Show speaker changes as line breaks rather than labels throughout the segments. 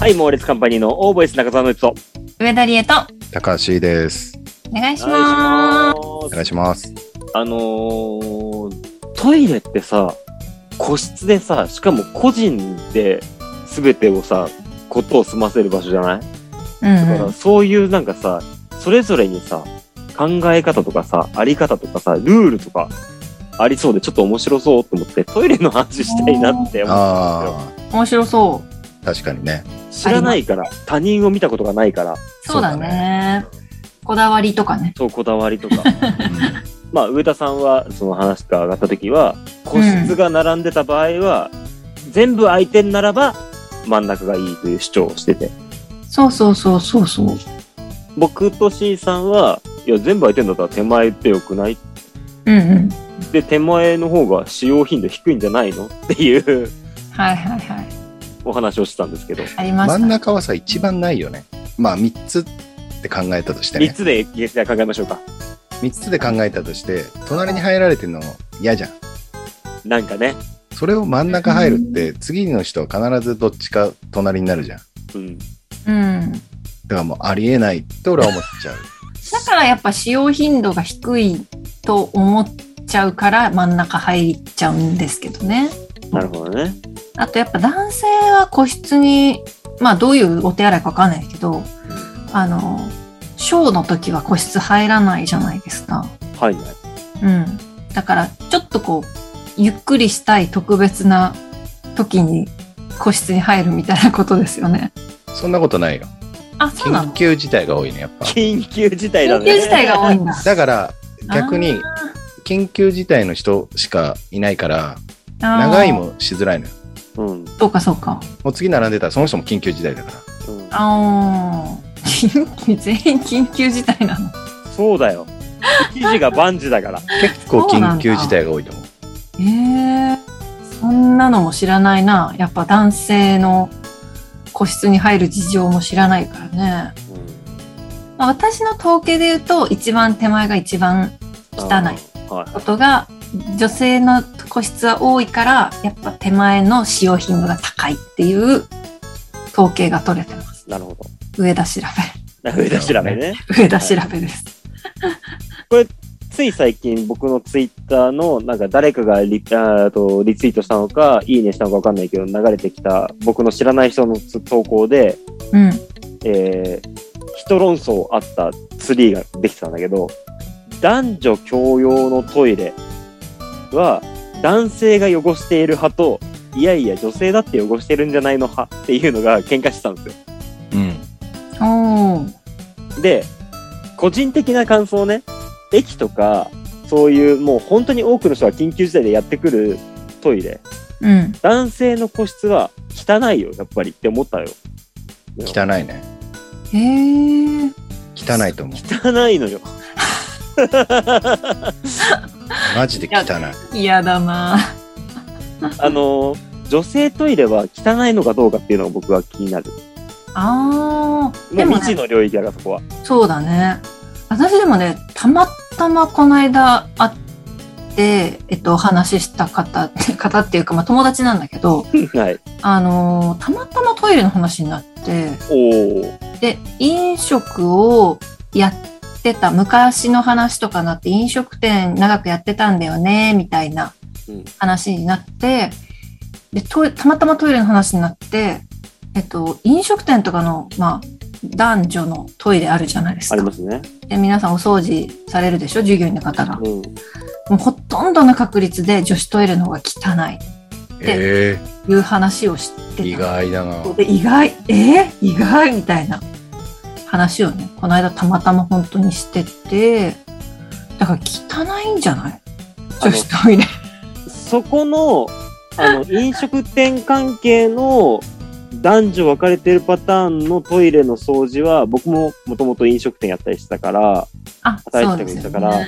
はい、猛烈カンパニーのオーボイス中澤のエピソ
上田理恵と
高橋です。
お願いし
お願
ま
お
いし
願いします。
ます。あのー、トイレってさ、個室でさ、しかも個人で全てをさ、ことを済ませる場所じゃない
す。うん
だか
う
ら
ん
そういうなんかさ、それぞれにさ、考え方とかさ、あり方とかさ、ルールとかありそうでちょっと面白そうと思って、トイレの話したいなって思ったんですよ。
あ
面白そう。
あ、確かにね。
知らないから、他人を見たことがないから、
そうだ
そうだ
ね。こだわりとかね。
そうこだわりとか。
うん
まあ、上田さんは、その話が上がった時は、個室が並んでた場合は、全部空いてんならば、真ん中がいいという主張をしてて。
そうそうそうそうそう。
僕と C さんは、いや、全部空いてんだったら手前ってよくない
うんうん。
で、手前の方が使用頻度低いんじゃないのっていう
はいはいはい。
お話をしてたんですけど、
ありまし
真
た
ん
ね。
中はさ、一番ないよね。まあ、三つって考えたとして
3
ね。
つでいや考えましょうか。
三つで考えたとして、隣に入られてるの嫌じゃん。
なんかね、
それを真ん中入るって、次の人は必ずどっちか隣になるじゃん。だ
うん。
うん。
からもうありえないって俺は思っちゃう。
だからやっぱ使用頻度が低いと思っちゃうから真ん中入っちゃうんですけどね。
なるほどね。
あとやっぱ男性は個室に、まあどういうお手洗いかわかんないけど、あの、ショーの時は個室入らないじゃないですか。
はいはい。
うん。だから、ちょっとこう、ゆっくりしたい特別な時に個室に入るみたいなことですよね。
そんなことないよ。
あ、そうな
緊
の
急事態が多いね、やっぱ。
緊急事態だ
緊
ね。
急事態が多いんだ。
だから、逆に
あ
緊急事態の人しかいないから、
ーあー
長いもしづらいのよ。
うん。うん。
そうかそうか。
もう次並んでたらその人も緊急事態だから。
ああ。緊急全員緊急事態なの。
そうだよ。記事が万事だから。
結構緊急事態が多いと思う。
ええそんなのも知らないな。やっぱ男性の個室に入る事情も知らないからね。まあ私の統計で言うと、一番手前が一番 汚い。
い。はい。
ことが女性の個室は多いからやっぱ手前の使用頻度が高いっていう統計が取れてます
なるほど。
上田調
上田調べね。
べ 上田調べです
つい最近僕のツイッターのなんか誰かがリあーとリツイートしたのか、いいねしたのかわかんないけど流れてきた僕の知らない人のつ投稿で、
うん
えー、人論争あったツリーができてたんだけど、男女共用のトイレは男性が汚している派と、いやいや女性だって汚してるんじゃないの派っていうのが喧嘩してたんですよ。
うん。
おー
で、個人的な感想ね、駅とか、そういうもう本当に多くの人が緊急事態でやってくるトイレ、
うん
男性の個室は汚いよ、やっぱりって思ったよ。
汚いね。
へえ
汚いと思う。
汚いの よ。
マジで汚い。
嫌だな
あのー、女性トイレは汚いのかどうかっていうのが僕は気になる。
あー
も
で
う
も、
未知
ね、
の領域だから、そこ は。
そうだね私でもねたまたまこの間会ってえっとお話しした方 って方っていうか、まあ、友達なんだけど
はい。
あのーたまたまトイレの話になって
おー。
で飲食をやってた昔の話とかなって飲食店長くやってたんだよねみたいな
うん
話になってでトイたまたまトイレの話になって、えっと、飲食店とかの、まあ、男女のトイレあるじゃないです
あ
か
りますね。
で皆さんお掃除されるでしょ従業員の方が
うん。
もうほとんどの確率で女子トイレの方が汚
え
いいう話を知って
え
た
意外だな。
で意外えー意外みたいな話をねこの間たまたま本当にしててだから汚いんじゃない
あの
女子トイレ
そこの、あ の、飲食店関係の男女分かれてるパターンのトイレの掃除は、僕ももともと飲食店やったりしてたから、
あ
働
そ
いうて
で
る人
すよ
だから
ね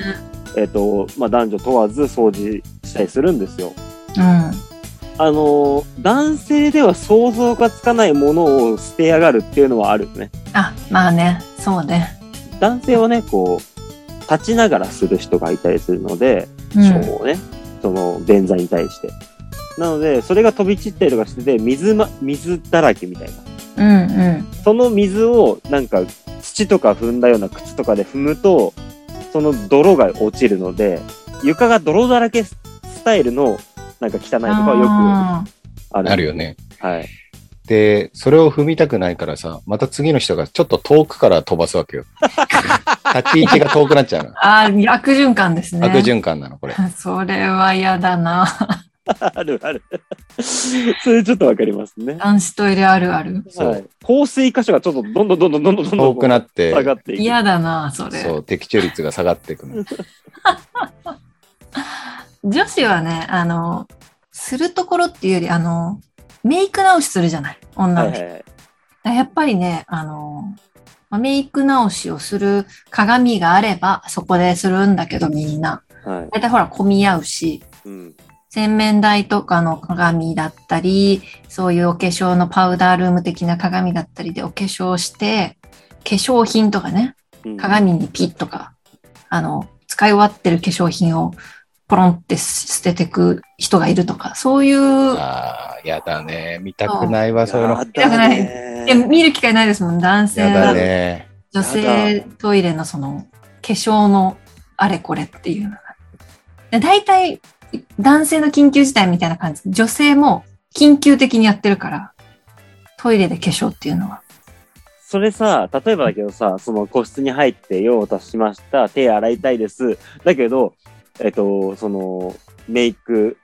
えっ、と、まあ、男女問わず掃除したりするんですよ。
うん
あの、男性では想像がつかないものを捨てやがるっていうのはあるよね。
あまあねそうね
男性はね、こう、立ちながらする人がいたりするので、
うん
賞をね、その便座に対して。なので、それが飛び散ったりとかしてて、水ま、水だらけみたいな。
うんうん。
その水をなんか土とか踏んだような靴とかで踏むとその泥が落ちるので床が泥だらけスタイルのなんか汚いとかはよく
あー
ある。
あるよね。
はい。
で、それを踏みたくないからさ、また次の人がちょっと遠くから飛ばす わけよ。立ち位置が遠くなっちゃうの。
あー、悪循環ですね。
悪循環なの、これ。
それは嫌だな。
あるある。 それちょっとわかりますね。
男子トイレあるある。
そう
はい降水箇所がちょっとどんどんどんどんどんどんどん
遠くなって、
下がっていく。
嫌だな、それ。
そう、的中率が下がっていくの。
女子はね、あの、するところっていうより、あの、メイク直しするじゃない、女
はい
の人。
はい。
やっぱりね、あの、まあメイク直しをする鏡があれば、そこでするんだけど、みんな。
はい。
だいたいほら、混み合うし、
うん。
洗面台とかの鏡だったり、そういうお化粧のパウダールーム的な鏡だったりでお化粧して、化粧品とかね、
うん。
鏡にピッとか、あの、使い終わってる化粧品をポロンって捨ててく人がいるとか、そういう、
ああ、やだね。見たくないわ、そういうの。
やだね
いや見る機会ないですもん、男性
や
は
だね。
女性トイレのその化粧のあれこれっていうのが。で大体男性の緊急事態みたいな感じ。女性も緊急的にやってるから、トイレで化粧っていうのは。
それさ、例えばだけどさ、その個室に入って用を足しました、手洗いたいです。だけど、えっと、その、メイク、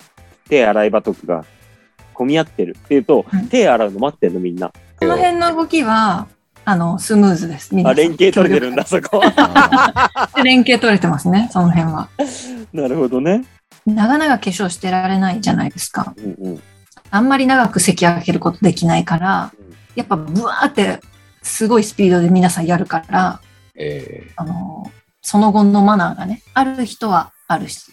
手洗い場とかが混み合ってるっていうと、
うん
手洗うの待ってんのみんな。
この辺の動きは、あの、スムーズです。みんな
あ、連携取れてるんだ、そこ。
あ
連携取れてますね、その辺は。
なるほどね。
長々化粧してられないじゃないですか。
うんうん。
あんまり長く席開けることできないから
うん、
やっぱブワーってすごいスピードで皆さんやるから、
ーえ
あの、その後のマナーがね、ある人はあるし、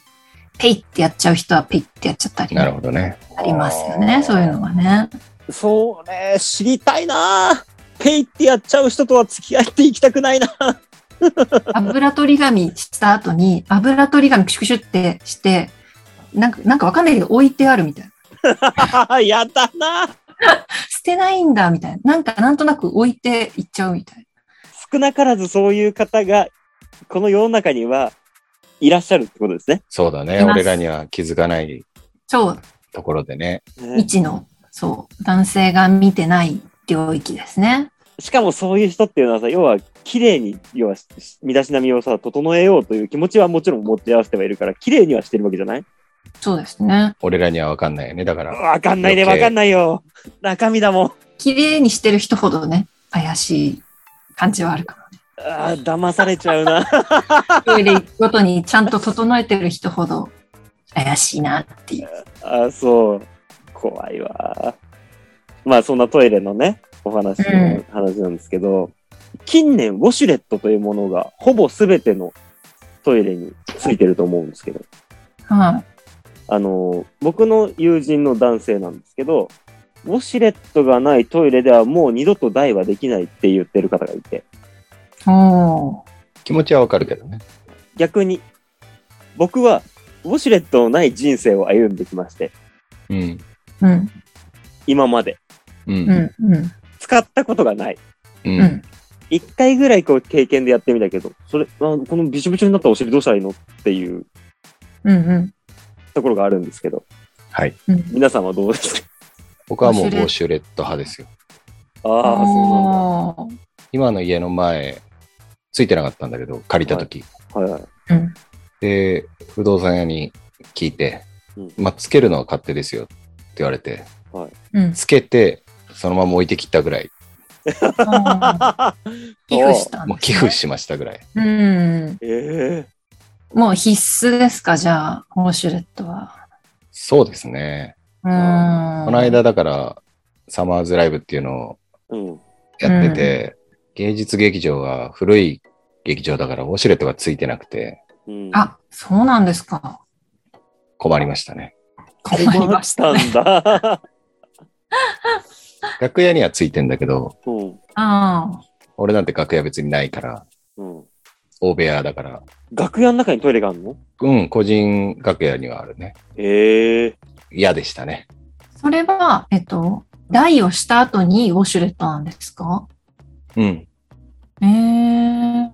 ペイってやっちゃう人はペイってやっちゃった
ー
り、
なるほどね。
ありますよね、そういうのはね。
それ、知りたいなペイってやっちゃう人とは付き合っていきたくないな
油取り紙した後に、油取り紙クシュクシュってして、なんか、なんかわかんないけど置いてあるみたいな。
やだな
捨てないんだみたいな。なんかなんとなく置いていっちゃうみたい
少なからずそういう方が、この世の中にはいらっしゃるってことですね。
そうだね。
います
俺らには気づかない
な。超
ところでね。
ね
未知の、そう、男性が見てない領域ですね。
しかもそういう人っていうのはさ、要は綺麗に、要は身だしなみをさ、整えようという気持ちはもちろん持ち合わせてはいるから、綺麗にはしてるわけじゃない
そうですね。
俺らにはわかんないよね。だから、
わかんないね、わ
余計
かんないよ。中身だもん。
綺麗にしてる人ほどね、怪しい感じはあるかも。
あー騙されちゃうな。
トイレ行くごとにちゃんと整えてる人ほど怪しいなっていう。
あーそう。怖いわ。まあそんなトイレのね、お話
う
の話なんですけど、近年ウォシュレットというものがほぼ全てのトイレについてると思うんですけど、
は
あの、僕の友人の男性なんですけど、ウォシュレットがないトイレではもう二度と台はできないって言ってる方がいて、
い。おー
気持ちはわかるけどね。
逆に、僕はウォシュレットのない人生を歩んできまして、
うん。
うん、
今まで。
う。
うんん、うん、
使ったことがない。
うん。
うん。
一回ぐらいこう経験でやってみたけど、それ、あこのびしょびしょになったお尻どうしたらいいのっていう
うん、うん。
ところがあるんですけど、
はい。
うん
皆さんはどうですか
僕はもうウ
ウォシュレ
ォシュレット派ですよ。
ああ、そ
おー
今の家の前、ついてなかったんだけど、借りた時、
うなんだ。はいはい。
うん
で、不動産屋に聞いて、
うん
まあ、つけるのは勝手ですよって言われて、
うん。
つけて、そのまま置いてきたぐらい、
あー 寄付したん
もう
ですね
寄付しましたぐらい。
うん。
ええ
もう必須ですか、じゃあ、ウォシュレットは。
そうですね。
うん。
この間、だから、サマーズライブっていうのを
うん。
やってて、芸術劇場は古い劇場だから、ウォシュレットがついてなくて、
うん、
あ、そうなんですか。
困りましたね。
困り
困
ま
っ
し
た
たね。
んだ。
楽屋にはついてんだけど、
うん。
あ
俺なんて楽屋別にないから、
うん。
大部屋だから、
楽屋の中にトイレがあるの
うん、個人楽屋にはあるね。
ええ
嫌でしたね。
ーそれは、えっと、台をした後にウォシュレットなんですか
うん。
ええ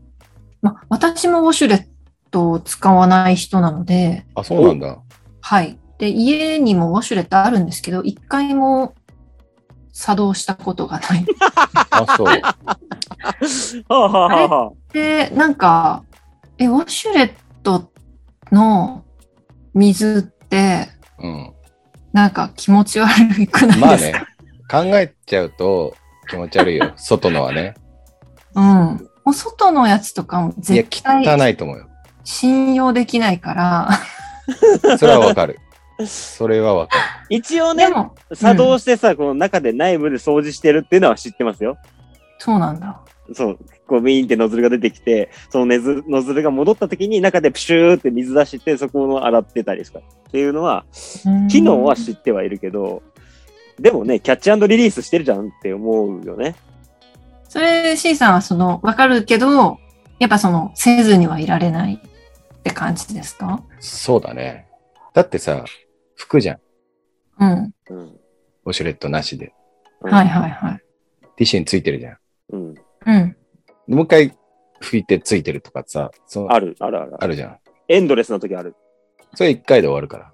ま、私もウォシュレットを使わない人なので、
あ、そうなんだ。
はい。で、家にもウォシュレットあるんですけど、一回も作動したことが ない。
あ、そう。
はあはあはあ。
で、なんか、え、ウォシュレットの水って、
うん。
なんか気持ち悪くないですか、
まあね、考えちゃうと気持ち悪いよ。外のはね。
うん。お外のやつとかも
いや、
絶対
汚いと思うよ。
信用できないから。
それはわかる。それはわかる。
一応
で
ね、
も、
作動してさ、この中で内部で掃除してるっていうのは知ってますよ。
そうなんだ。
そう、こうビーンってノズルが出てきて、そのネズノズルが戻った時に中でプシューって水出して、そこを洗ってたりとかっていうのは、機能は知ってはいるけど、でもね、キャッチリリースしてるじゃんって思うよね。
それ、C さんはその、わかるけど、やっぱその、せずにはいられないって感じですか
そうだね。だってさ、服じゃん。
うん。
うん。
ウォシュレットなしで。
はいはいはい。
ティッシュについてるじゃん。
うん。
うん。
でもう一回拭いてついてるとかさ、そのあ
ある、あるあるある。
るじゃん。
エンドレスな時ある。
それ一回で終わるから。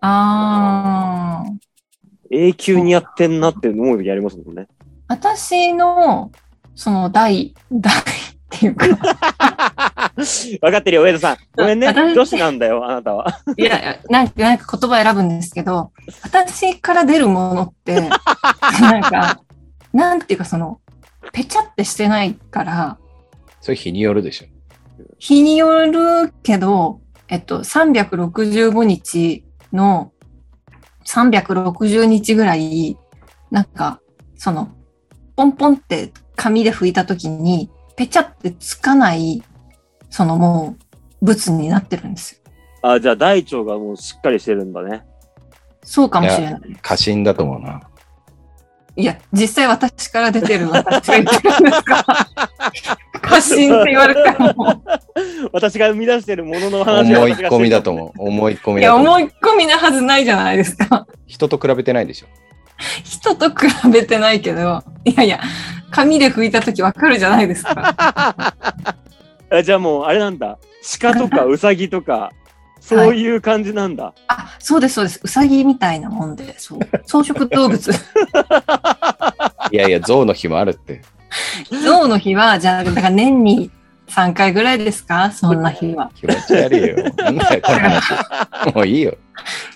あー。
永久にやってんなって思う時ありますもんね。
私の、その、 台、台っていうか、
わかってるよ、上田さん。ごめんね。
私
女子なんだよ、あなたは。
いやいや、なんか、なんか言葉選ぶんですけど、私から出るもの って、なんか、なんていうかその、ぺちゃってしてないから、
それ日によるでしょ。
日によるけど、えっと、365日の360日ぐらい、なんか、その、ポンポンって紙で拭いた時に、ぺちゃってつかない、そのもう、物になってるんですよ。
あ、じゃあ大腸がもうしっかりしてるんだね。
そうかもしれない。
過信だと思うな。
いや、実際私から出てる私が言ってるんです か過信って言われても。
私が生み出してるものの話を
思
私
い
がしてる
込みだと思う。思い込
い
みだ
や、
と思
思
う。
い込みなはずないじゃないですか。
人と比べてないでしょ。
人と比べてないけど、いやいや、紙で拭いたときわかるじゃないですか。
あじゃあもうあれなんだ鹿と かウサギとかそういう感じなんだ、
あ、そうです、そうです。うさぎみたいなもんで、そう。草食動 物。
いやいや、象の日もあるって。
象の日は、じゃあ、だから年に3回ぐらいですかそんな日は。
気持ち悪いよ。なんだよ、この話。もういいよ。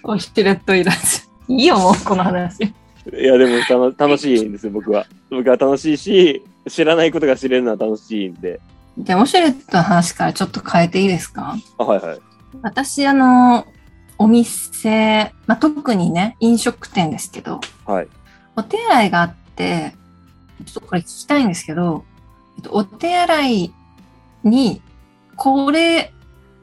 おシュレットいらず。いいよ、もう、この話。
い、やでもたの楽しいんですよ僕は僕は楽しいし知らないことが知れるのは楽しいんで
じゃあ、オシュレットの話からちょっと変えていいですか
あはいはい
私あのお店、まあ、特にね飲食店ですけど
はい
お手洗いがあってちょっとこれ聞きたいんですけどえっとお手洗いにこれ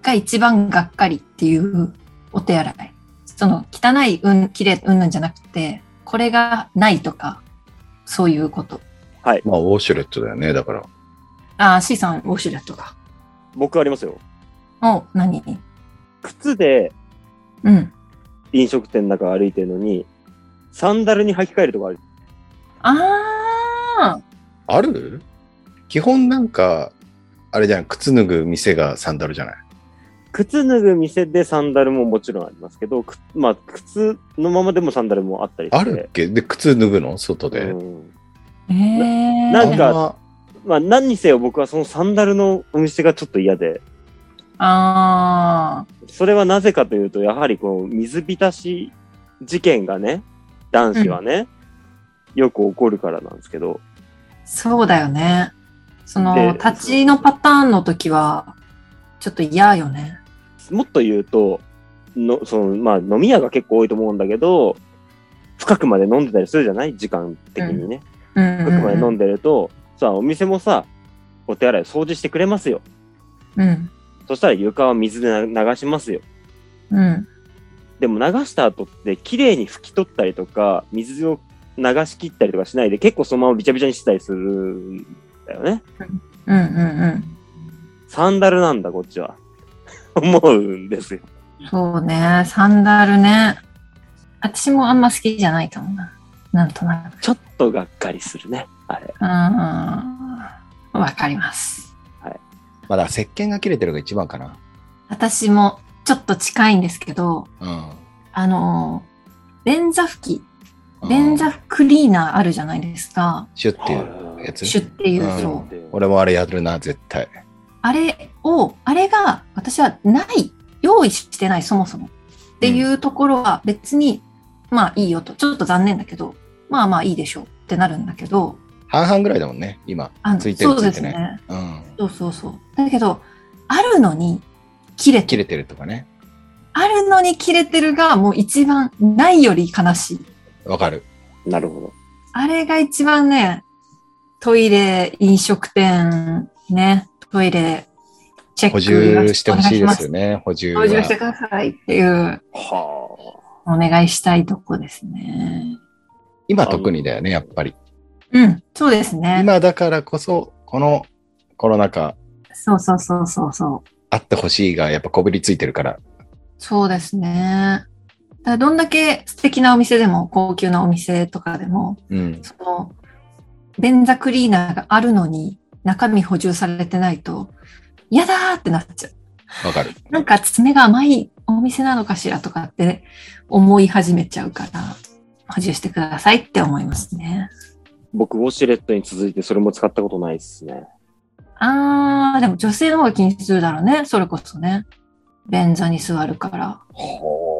が一番がっかりっていうお手洗いその汚いうんきれいうんぬんじゃなくてこれがないとかそういうこと
まあ、ウォシュレットだよね、だから。
ああ C さんウォシュレットか
僕ありますよ
お何
靴で
うん
飲食店の中歩いてるのにサンダルに履き替えるとかある
ああ
ある基本なんか、あれじゃん、靴脱ぐ店がサンダルじゃない。
靴脱ぐ店でサンダルももちろんありますけど、くまあ、靴のままでもサンダルもあったりして。
あるっけで、靴脱ぐの外で。
うん
ええ
なんか
あま
まあ、何にせよ僕はそのサンダルのお店がちょっと嫌で、
あ
それはなぜかというと、やはりこう、水浸し事件がね、男子はね、よく起こるからなんですけど、
あ、そうだよね。そ
で
の、立ちのパターンの時は、ちょっと嫌よね。
もっと言うと、のそのまあ、飲み屋が結構多いと思うんだけど、深くまで飲んでたりするじゃない時間的にね。
うんうん、
深くまで飲んでると、さ、お店もさ、お手洗い掃除してくれますよ。
うん。
そしたら床は水で流しますよ。
うん。
でも流した後って綺麗に拭き取ったりとか水を流し切ったりとかしないで結構そのままびちゃびちゃにしてたりするんだよね。
うん。うん。
サンダルなんだこっちは。 思うんですよ。
うん。そうね。サンダルね。私もあんま好きじゃないかもな。なんとなく。
ちょっとがっかりするね、あれ。
うんうん。わかります。
まあだから石鹸が切れてるが一番かな。
私もちょっと近いんですけど、
うん。
あのー、便座拭き、
うん
便座クリーナーあるじゃないですか。
シュッていうやつ。
シュっていう、
うん
そう。
俺もあれやるな、絶対。
あれを、あれが私はない、用意してない、そもそも。っていうところは別に、まあいいよと、ちょっと残念だけど、まあまあいいでしょうってなるんだけど、
半々ぐらいだもんね、今。
あの
ついてる
そうです
ついて
ね。
うん。
そうそうそう。だけど、あるのに切れて
切
る。
れてるとかね。
あるのに切れてるがもう一番ないより悲しい。
わかる。
なるほど。
あれが一番ね、トイレ、飲食店、ね、トイレ、チェック
補充してほしいですよ
ね。
ね、補充は
補。充してくださいっていう、
はあ。
お願いしたいとこですね。
今特にだよね、やっぱり。
うん、そうですね。
今だからこそ、このコロナ禍、
そうそうそうそうそう。
あってほしいが、やっぱこびりついてるから。
そうですね。だからどんだけ素敵なお店でも、高級なお店とかでも、
うん。
その、便座クリーナーがあるのに、中身補充されてないと、嫌だーってなっちゃう。
わかる。
なんか爪が甘いお店なのかしらとかって思い始めちゃうから、補充してくださいって思いますね。
僕、ウォシュレットに続いてそれも使ったことないですね。
あー、でも女性の方が気にするだろうね。それこそね。便座に座るから。
はあ。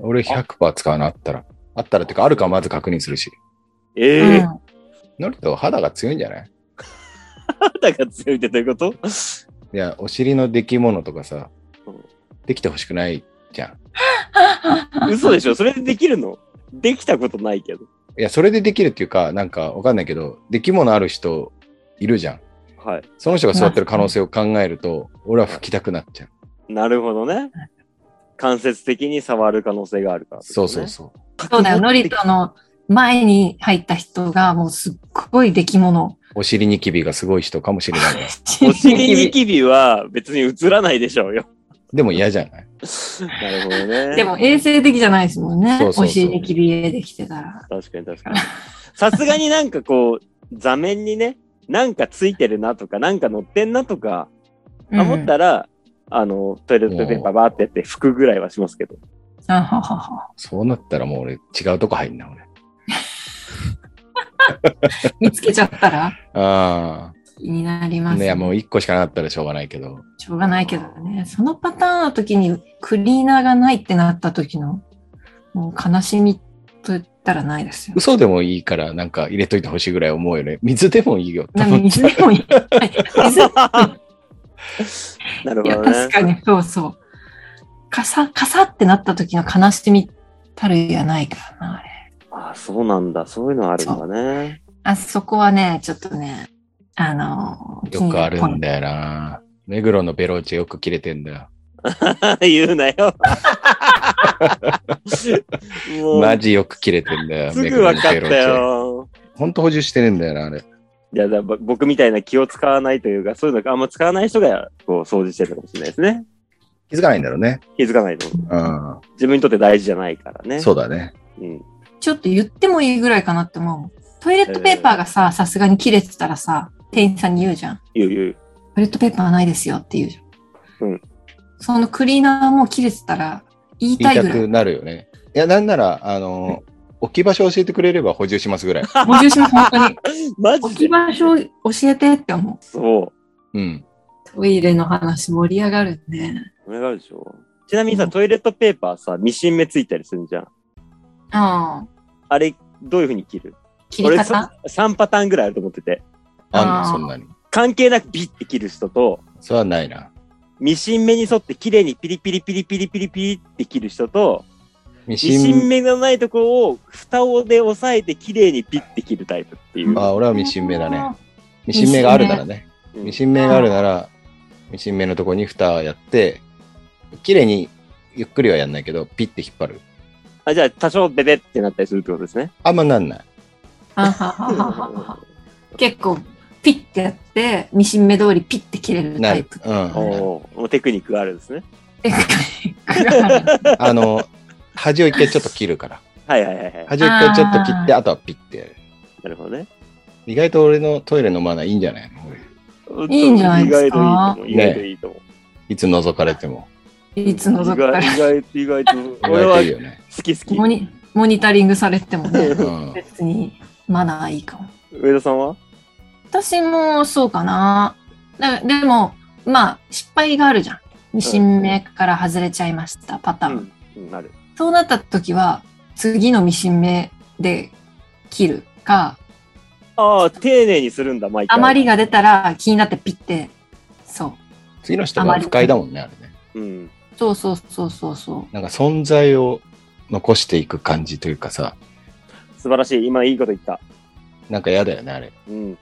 俺100%使うのあったら。あったらっていうか、あるかまず確認するし。
え
う
え
ん
ノリと肌が強いんじゃない
肌が強いってどういうこ と
いや、お尻の出来物とかさ
うん、
できてほしくないじゃん。
嘘でしょそれでできるのできたことないけど。
いや、それでできるっていうか、なんかわかんないけど、出来物ある人いるじゃん。
はい。
その人が座ってる可能性を考えると、俺は吹きたくなっちゃう。
なるほどね。間接的に触る可能性があるから、
そうそうそう。
そうだよ。ノリトの前に入った人がもうすっごい出来物。
お尻ニキビがすごい人かもしれないね。
お尻ニキビは別に映らないでしょうよ。
でも嫌じゃない
なるほどね。
でも衛生的じゃないですもんね。
そうそうそう
お尻ニキビ家できてたら。
確かに確かに。さすがになんかこう、座面にね、なんかついてるなとか、なんか乗ってんなとか、
うん
思ったら、あの、トイレットペーパーバーってやって拭くぐらいはしますけ ど。
あははは
そうなったらもう俺違うとこ入んな、俺。
見つけちゃったら
あ
気になり
あ。
ます、
ね
ね。
もう一個しかなかったらしょうがないけど。
しょうがないけどね。そのパターンの時にクリーナーがないってなった時の、もう悲しみと言ったらないですよ。
嘘でもいいから、なんか入れといてほしいぐらい思うよね。水でもいいよ。
なんか水で もいい。水でも
なる
い
ほ
や、
どね
確。かに、そうそう。かさ、かさってなった時の悲しみたるやないからな、あれ。
あ、そうなんだ。そういうのあるんだね。
あそこはね、ちょっとね、あの、
よくあるん
で。
だよな。目黒のベローチェよく切れてんだよ。
言う なよ。もう
マジよく切れてんだよ。
すぐ分かった
目黒のベローチェ。
よ。
ほんと補充してねえんだよな、あれ。
いやだぼ僕みたいな気を使わないというか、そういうのがあんま使わない人がこう掃除してるかもしれないですね。
気づかないんだろうね。
気づかないと。
うん。
自分にとって大事じゃないからね。
そうだね。
うん。
ちょっと言ってもいいぐらいかなって思うもん。トイレットペーパーがさ、さすがに切れてたらさ、店員さんに言うじゃん。
言う言う。
トイレットペーパーないですよって言うじゃん。
うん。
そのクリーナーも切れてたら、言い
言
た
い
い
た
ぐら
く
い。
なるよね。いや、なんなら、あの、置き場所教えてくれれば補充しますぐらい。
補充します、本当に。
マ
置
ジ
き
で
場所教えてって思
そう。
うん。
う。トイレの話盛り上がるね。
お願いでしょ。ちなみに
う
さ、
ん
トイレットペーパーさ、ミシン目ついたりするじゃん。
うん。
あれ、どういうふうに切る
切り
俺
方
さ3パターンぐらいあると思ってて。
あんの、
あー
そんなに。
関係なくビッて切る人と、
それはないな。
ミシン目に沿って綺麗にピリピリピリピリピリピリって切る人と、
ミ
ミシン目のないとこを蓋をで押さえて綺麗にピッて切るタイプっていう。
あ、俺はミシン目だね。。ミシン目があるならね。
うん
ミシン目があるなら、ミシン目のとこに蓋やって、綺麗に、ゆっくりはやんないけど、ピッて引っ張る。
あじゃあ、多少ベベってなったりするってことですね。
あんまなんない。
あはははは結構、ピッてやって、ミシン目通りピッて切れる
な
タイ
る
プ。。
う
お
ん。
ーもうテクニックがあるんですね。
テクニックがある
あの、端を一回ちょっと切るから。
はいはいはいはい。
端っこちょっと切って、あとはピッてやる。
なるほどね。
意外と俺のトイレのマナーいいんじゃないの
いいんじゃないですか
意外といいと思う。
いつ覗かれても。
いつ
意
覗くか
外
ら
意外と、意外と、
意
俺
外
は
といいよね。
好き好
モ
き。
ニモニタリングされても ね
うん。
別にマナーいいかも
上田さんは
私もそうかな。だでも、まあ、失敗があるじゃん。二神目から外れちゃいました、パターン。
うんうん、なる。
そうなった時は、次の未神目で切るか、
ああ、丁寧にするんだ、毎回。
余りが出たら気になってピッて、そう。
次の人が不快だもんね、あれね。
うん。
そうそうそうそうそう。
なんか存在を残していく感じというかさ、
素晴らしい。今いいこと言った。
なんか嫌だよね、あれ。
うん。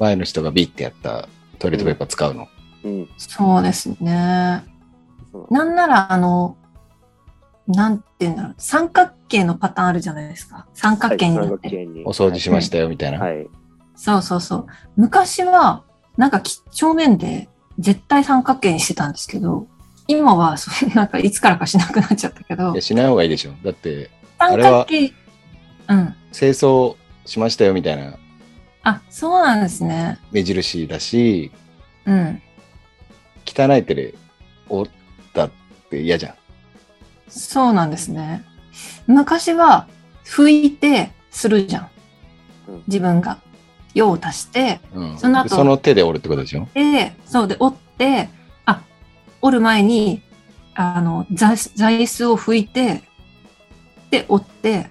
前の人がビッてやったトイレットペーパー使うの。
うん。
そうですね。
そう
なんなら、あの、なんて言うんだろう。三角形のパターンあるじゃないですか。三角形にな
はい
っ
三
て
角
る。
形に
お掃除しましたよ、みたいな。
はい。
そうそうそう。昔は、なんか、几帳面で、絶対三角形にしてたんですけど、今は、 そのなんか、いつからかしなくなっちゃったけど
いや、、しない方がいいでしょ。だって、あ
三
れは
角形、うん。
清掃しましたよ、みたいな
あ、そうなんですね。
目印だし、
うん。
汚い手で折ったって嫌じゃん。
そうなんですね。昔は、拭いて、するじゃん
うん。
自分が。用を足して、
うん、
その後
その手で折るってことでしょ
で、そうで、折って、あ、折る前に、あの、座座椅子を拭いて、で、折って、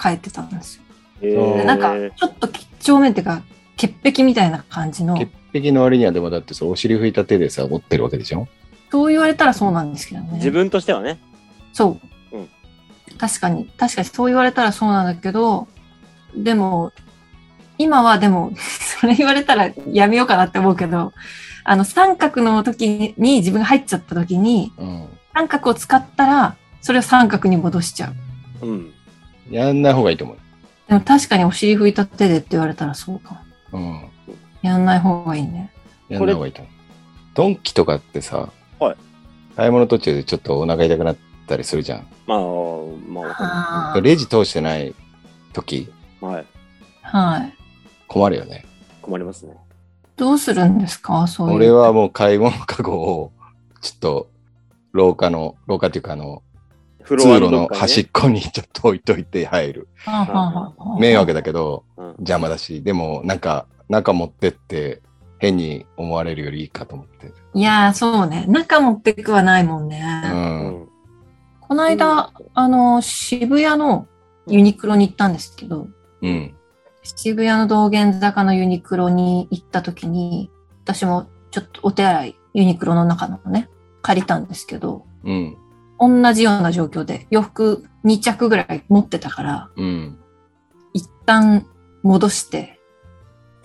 帰ってたんですよ。
え
そう
ー、
なんか、ちょっと几帳面っていうか、潔癖みたいな感じの、
潔癖の割にはでもだってそれお尻拭いた手でさ折ってるわけでしょ
そう言われたらそうなんですけどね。
自分としてはね。
そう、
うん
確かに、確かにそう言われたらそうなんだけど、でも、今はでも、 それ言われたらやめようかなって思うけど、あの、三角の時にに自分が入っちゃった時に、
うん
三角を使ったら、それを三角に戻しちゃう。
うん。
やんない方がいいと思う、
でも確かにお尻拭いた手でって言われたらそうかも。
うん、
やんない方がいいね。
やんない方がいいと思うドンキとかってさ、
はい
買い物途中でちょっとお腹痛くなったりするじゃん
まあ、まあわか
は
レジ通してない時
る、はい。
はい。
困るよね
困りますね。
どうするんですかそういう。
俺はもう買い物かごをちょっと廊下の廊下っていうかあの
フ
通
ロア
路
ど
の
っかにね
端っこにちょっと置いといて入る
はあはあはあ
迷惑だけど
うん
邪魔だしでもなんか中持ってって変に思われるよりいいかと思って、
いやー、そうね。中持ってくはないもん
う
ね。
うんん。
この間、あの、渋谷のユニクロに行ったんですけど、
うん、
渋谷の道玄坂のユニクロに行った時に、私もちょっとお手洗い、ユニクロの中のね、借りたんですけど、
うん、
同じような状況で洋服2着ぐらい持ってたから、
うん。
一旦戻して、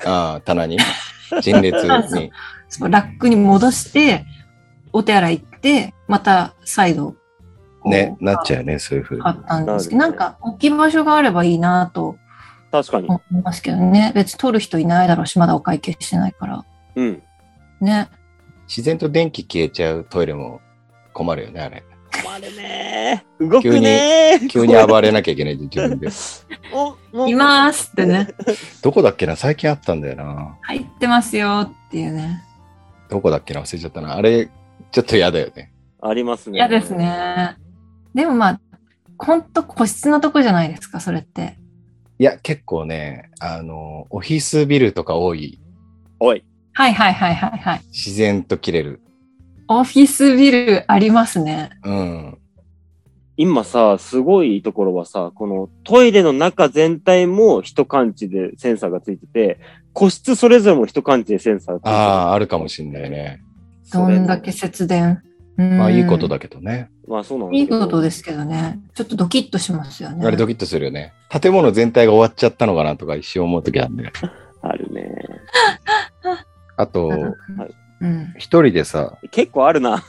ああ、棚に、陳列 に。
そのラックに戻して、お手洗い行って、また再度、こう
ね、なっちゃうよね、そういうふうに
あ。ったんですけど、
な
な
る
ん
ね
か置き場所があればいいなと
確かに。
思いますけどね。別に取る人いないだろうし、まだお会計してないから。
うん。
ね。
自然と電気消えちゃうトイレも困るよね、あれ。
困るねー。動くねー。
急に暴れなきゃいけない自分で。
おもう
いますってね。
どこだっけな最近あったんだよな。
入ってますよっていうね。
どこだっけな忘れちゃったな。あれ、ちょっと嫌だよね。
ありますね。
嫌です。ね。でもまあ、ほんと個室のとこじゃないですか、それって。
いや、結構ね、あの、オフィスビルとか多い、
おい。
はいはいはいはいはい。
自然と切れる。
オフィスビルありますね。
うん。
今さ、すごいところはさ、このトイレの中全体も人感知でセンサーがついてて、個室それぞれも人感知でセンサーがついて
あ
る。
あ、あるかもしんないね。
どんだけ節電。うん
まあ、いいこと。だけどね。
まあそうなんだ
いい
けど
ことですけどね。ちょっとドキッとしますよね。
あれドキッとするよね。建物全体が終わっちゃったのかなとか一瞬思うときあるんだよね。
あるね。
あと、
うん。
一人でさ、
結構あるな。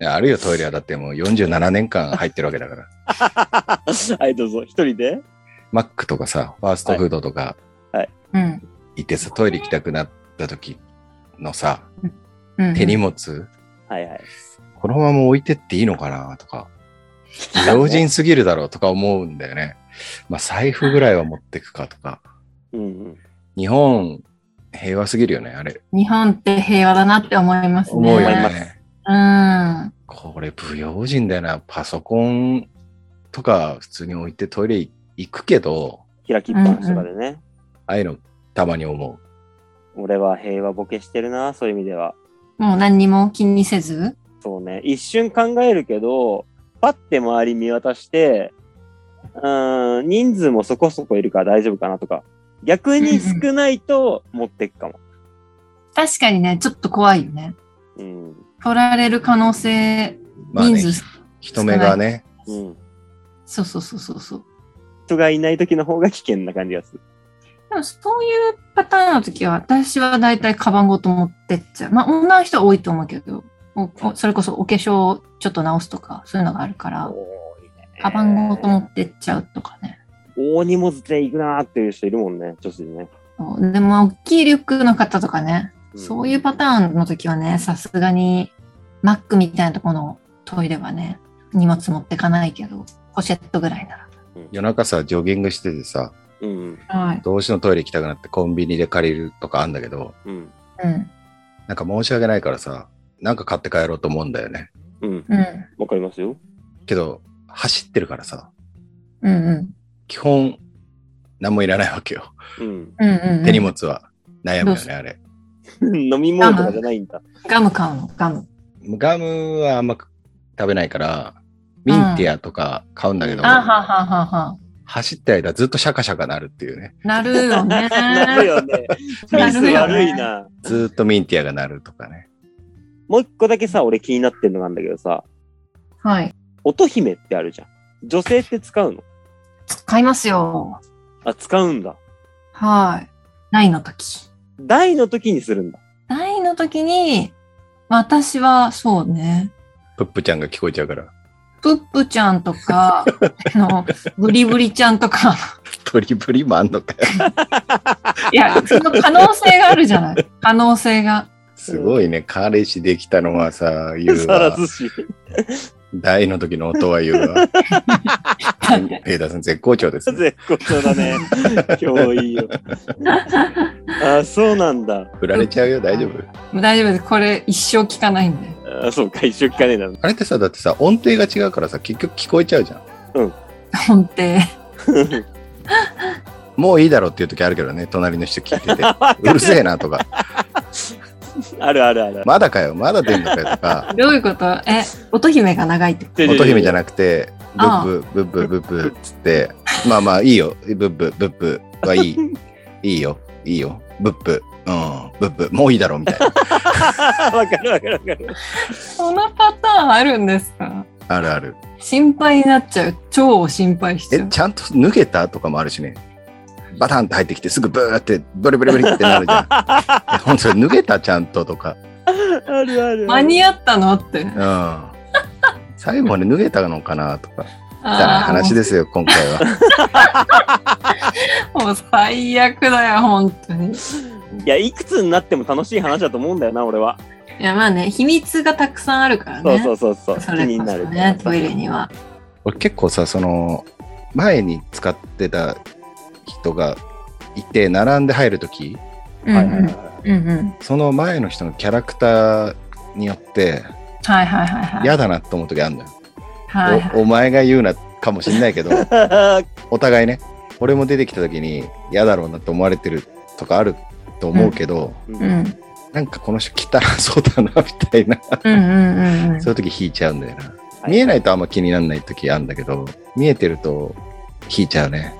いやあるよトイレはだってもう47年間入ってるわけだから。
はい、どうぞ。一人で
マックとかさ、ファーストフードとか
うん。
行ってさ、トイレ行きたくなった時のさ、
うん
手荷物、
はいはい。
このまま置いてっていいのかなとか、用心すぎるだろうとか思うんだよね。まあ財布ぐらいは持ってくかとか。
うん
日本平和すぎるよね、あれ。
日本って平和だなって思いますね。
思うよ
思いま
う
ね。
ん。
これ不用心だよな。パソコンとか普通に置いてトイレ行くけど、
開きっぱなしとかでね、
ああいうのたまに思う。
俺は平和ボケしてるな、そういう意味では。
もう何にも気にせず。
そうね、一瞬考えるけど、パッて周り見渡して、うーん、人数もそこそこいるから大丈夫かなとか、逆に少ないと持ってくかも。
確かにね、ちょっと怖いよね。
うん。
取られる可能性、
まあね、
人数、
人目がね、
うん。
そうそうそうそうそう。
人がいない時の方が危険な感じがする。
でもそういうパターンの時は、私は大体カバンごと持ってっちゃう。まあ、女の人は多いと思うけど、おおそれこそお化粧をちょっと直すとか、そういうのがあるから、カバンごと持ってっちゃうとかね。
大荷物で行くなーっていう人いるもんね、女子でね。
そうでも、大きいリュックの方とかね、そういうパタ
ン。
ーンの時はね、さすがに、マックみたいなとこのトイレはね、荷物持ってかないけど、ポシェットぐらいな
夜中さ、ジョギングしててさ、
うん。
ら。はい。
どうしてもトイレ行きたくなってコンビニで借りるとかあんだけど、
うん。
うん。
なんか申し訳ないからさ、なんか買って帰ろうと思うんだよね。
うん。
うん。
わかりますよ。
けど、走ってるからさ、
うんうん。
基本、何もいらないわけよ。
うん。
うんうん、うん。
手荷物は悩むよね、あれ。
飲み物とかじゃないんだ。
ガム買うの、ガム。
ガムはあんま食べないから、ミンティアとか買うんだけど、
うん
あはははは。
走ってる間ずっとシャカシャカなるっていうね。
なるよね。
なるよね。ミス悪いな。
ずっとミンティアがなるとかね。
もう一個だけさ、俺気になってるのなんだけどさ、
はい。
乙姫ってあるじゃん。女性って使うの
買いますよ。
あ、使うんだ。
はい。大の時。
大の時にするんだ。
大の時に、私はそうね、
プップちゃんが聞こえちゃうから、
プップちゃんとか、あの、ブリブリちゃんとか、
トリプリもあんのかよ。
いや、その可能性があるじ ゃない。可能性が。
すごいね、彼氏できたのはさ、言 う
さら
わ。
ずし。
大の時の音は言うわ。
はい
ペーターさん絶好調です、ね。
絶好調だ ね。今日いいよ。あ、そうなんだ。
振られちゃうよ、大丈夫。
もう大丈夫です。これ一生聞かないんで。
あそうか、一生聞かねえな。
あれってさ、だってさ、音程が違うからさ、結局聞こえちゃうじゃん。
本程。
もういいだろうっていう時あるけどね、隣の人聞 いてて。うるせえなとか、
あるあるある。
まだかよ、まだ出んのかよとか、
どう いうことえ、乙姫が長いってこと
乙姫じゃ
ない。
なくて、ブ
ああ
ッブ、ブッブ、ブッブっつって、まあまあいいよ、ブッブ、ブッブはいい、いいよ、いいよ、ブッブ、うん、ブッブ、もういいだろうみたいな。
わかるわかるわかる。
そのパターンあるんですか
あるある。
心配になっちゃう。超心配しち
え
ゃ、う。
ちゃんと抜けたとかもあるしね。バタンって入ってきて、すぐブーって、ブリブリブリってなる じゃん。えほんとそれ抜けたちゃんととか。
あるある。
間に合ったのって。
うん。最後まで脱げたのかなとか、汚い
あー
話ですよ、今回は。
もう最悪だよ、本当に。
い
い
や、いくつになっても楽しい話だと思うんだよな、俺は。
や、まあね、秘密がたくさんあるから
そう
ね。
そうそうそう。気
それ
に
こ
な
そ
る。
ね、トイレには。
俺結構さ、その、前に使ってた人がいて、並んで入るとき、
うん
は
う
いはいはい
ん。
は
うんうん。
その前の人のキャラクターによって、
はいはいはいはい。
嫌だなと思うときあるのよ、
はいはい。
お。お前が言うなかもしんないけど、
い。
お互いね、俺も出てきたときに嫌だろうなって思われてるとかあると思うけど、
う
うん。うん
なんかこの人汚そうだなみたいな、
うんうんうん。
そういう時引いちゃうんだよな。見えないとあんま気にならない時あるんだけど、見えてると引いちゃうね。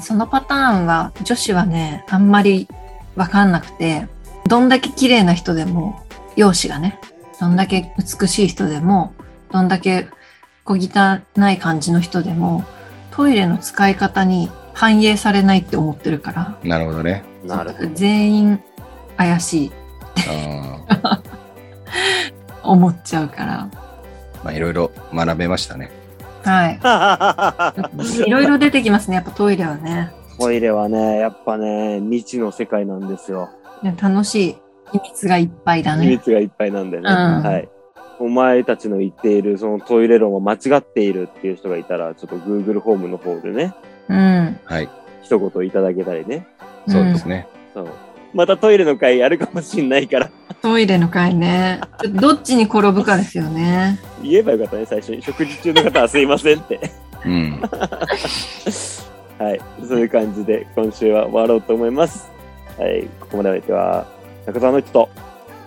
そのパターンは、女子はね、あんまりわかんなくて、どんだけ綺麗な人でも、容姿がね、どんだけ美しい人でも、どんだけ小汚い感じの人でも、トイレの使い方に反映されないって思ってるから、
なるほどね。
な るほど。
全員怪しい、
あ ー
思っちゃうから。
まあいろいろ学べましたね。
はい。 いろいろ出てきますね、やっぱトイレはね。
トイレはね、やっぱね、未知の世界なんですよ。
ね楽しい秘密がいっぱいだ
秘
ね。
密がいっぱいなんでね。
うん
はい。お前たちの言っているそのトイレ論は間違っているっていう人がいたら、ちょっと Google ホームの方でね、
うん。
はい。
一言いただけたりね。
そうですね。
そう。またトイレの会やるかもしんないから、
トイレの回ね。ちょっとどっちに転ぶかですよね。
言えばよかったね、最初に。食事中の方はすいませんって。
うん。
はい。そういう感じで、今週は終わろうと思います。はい。ここまでの相手は、中澤の人と、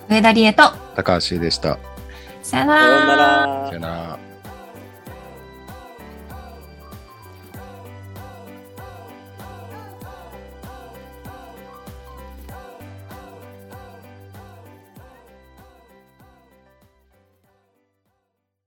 上田理恵と、
高橋でした。
さ
さよ
よ
う
な
な
ら。
ら
さよ。なら。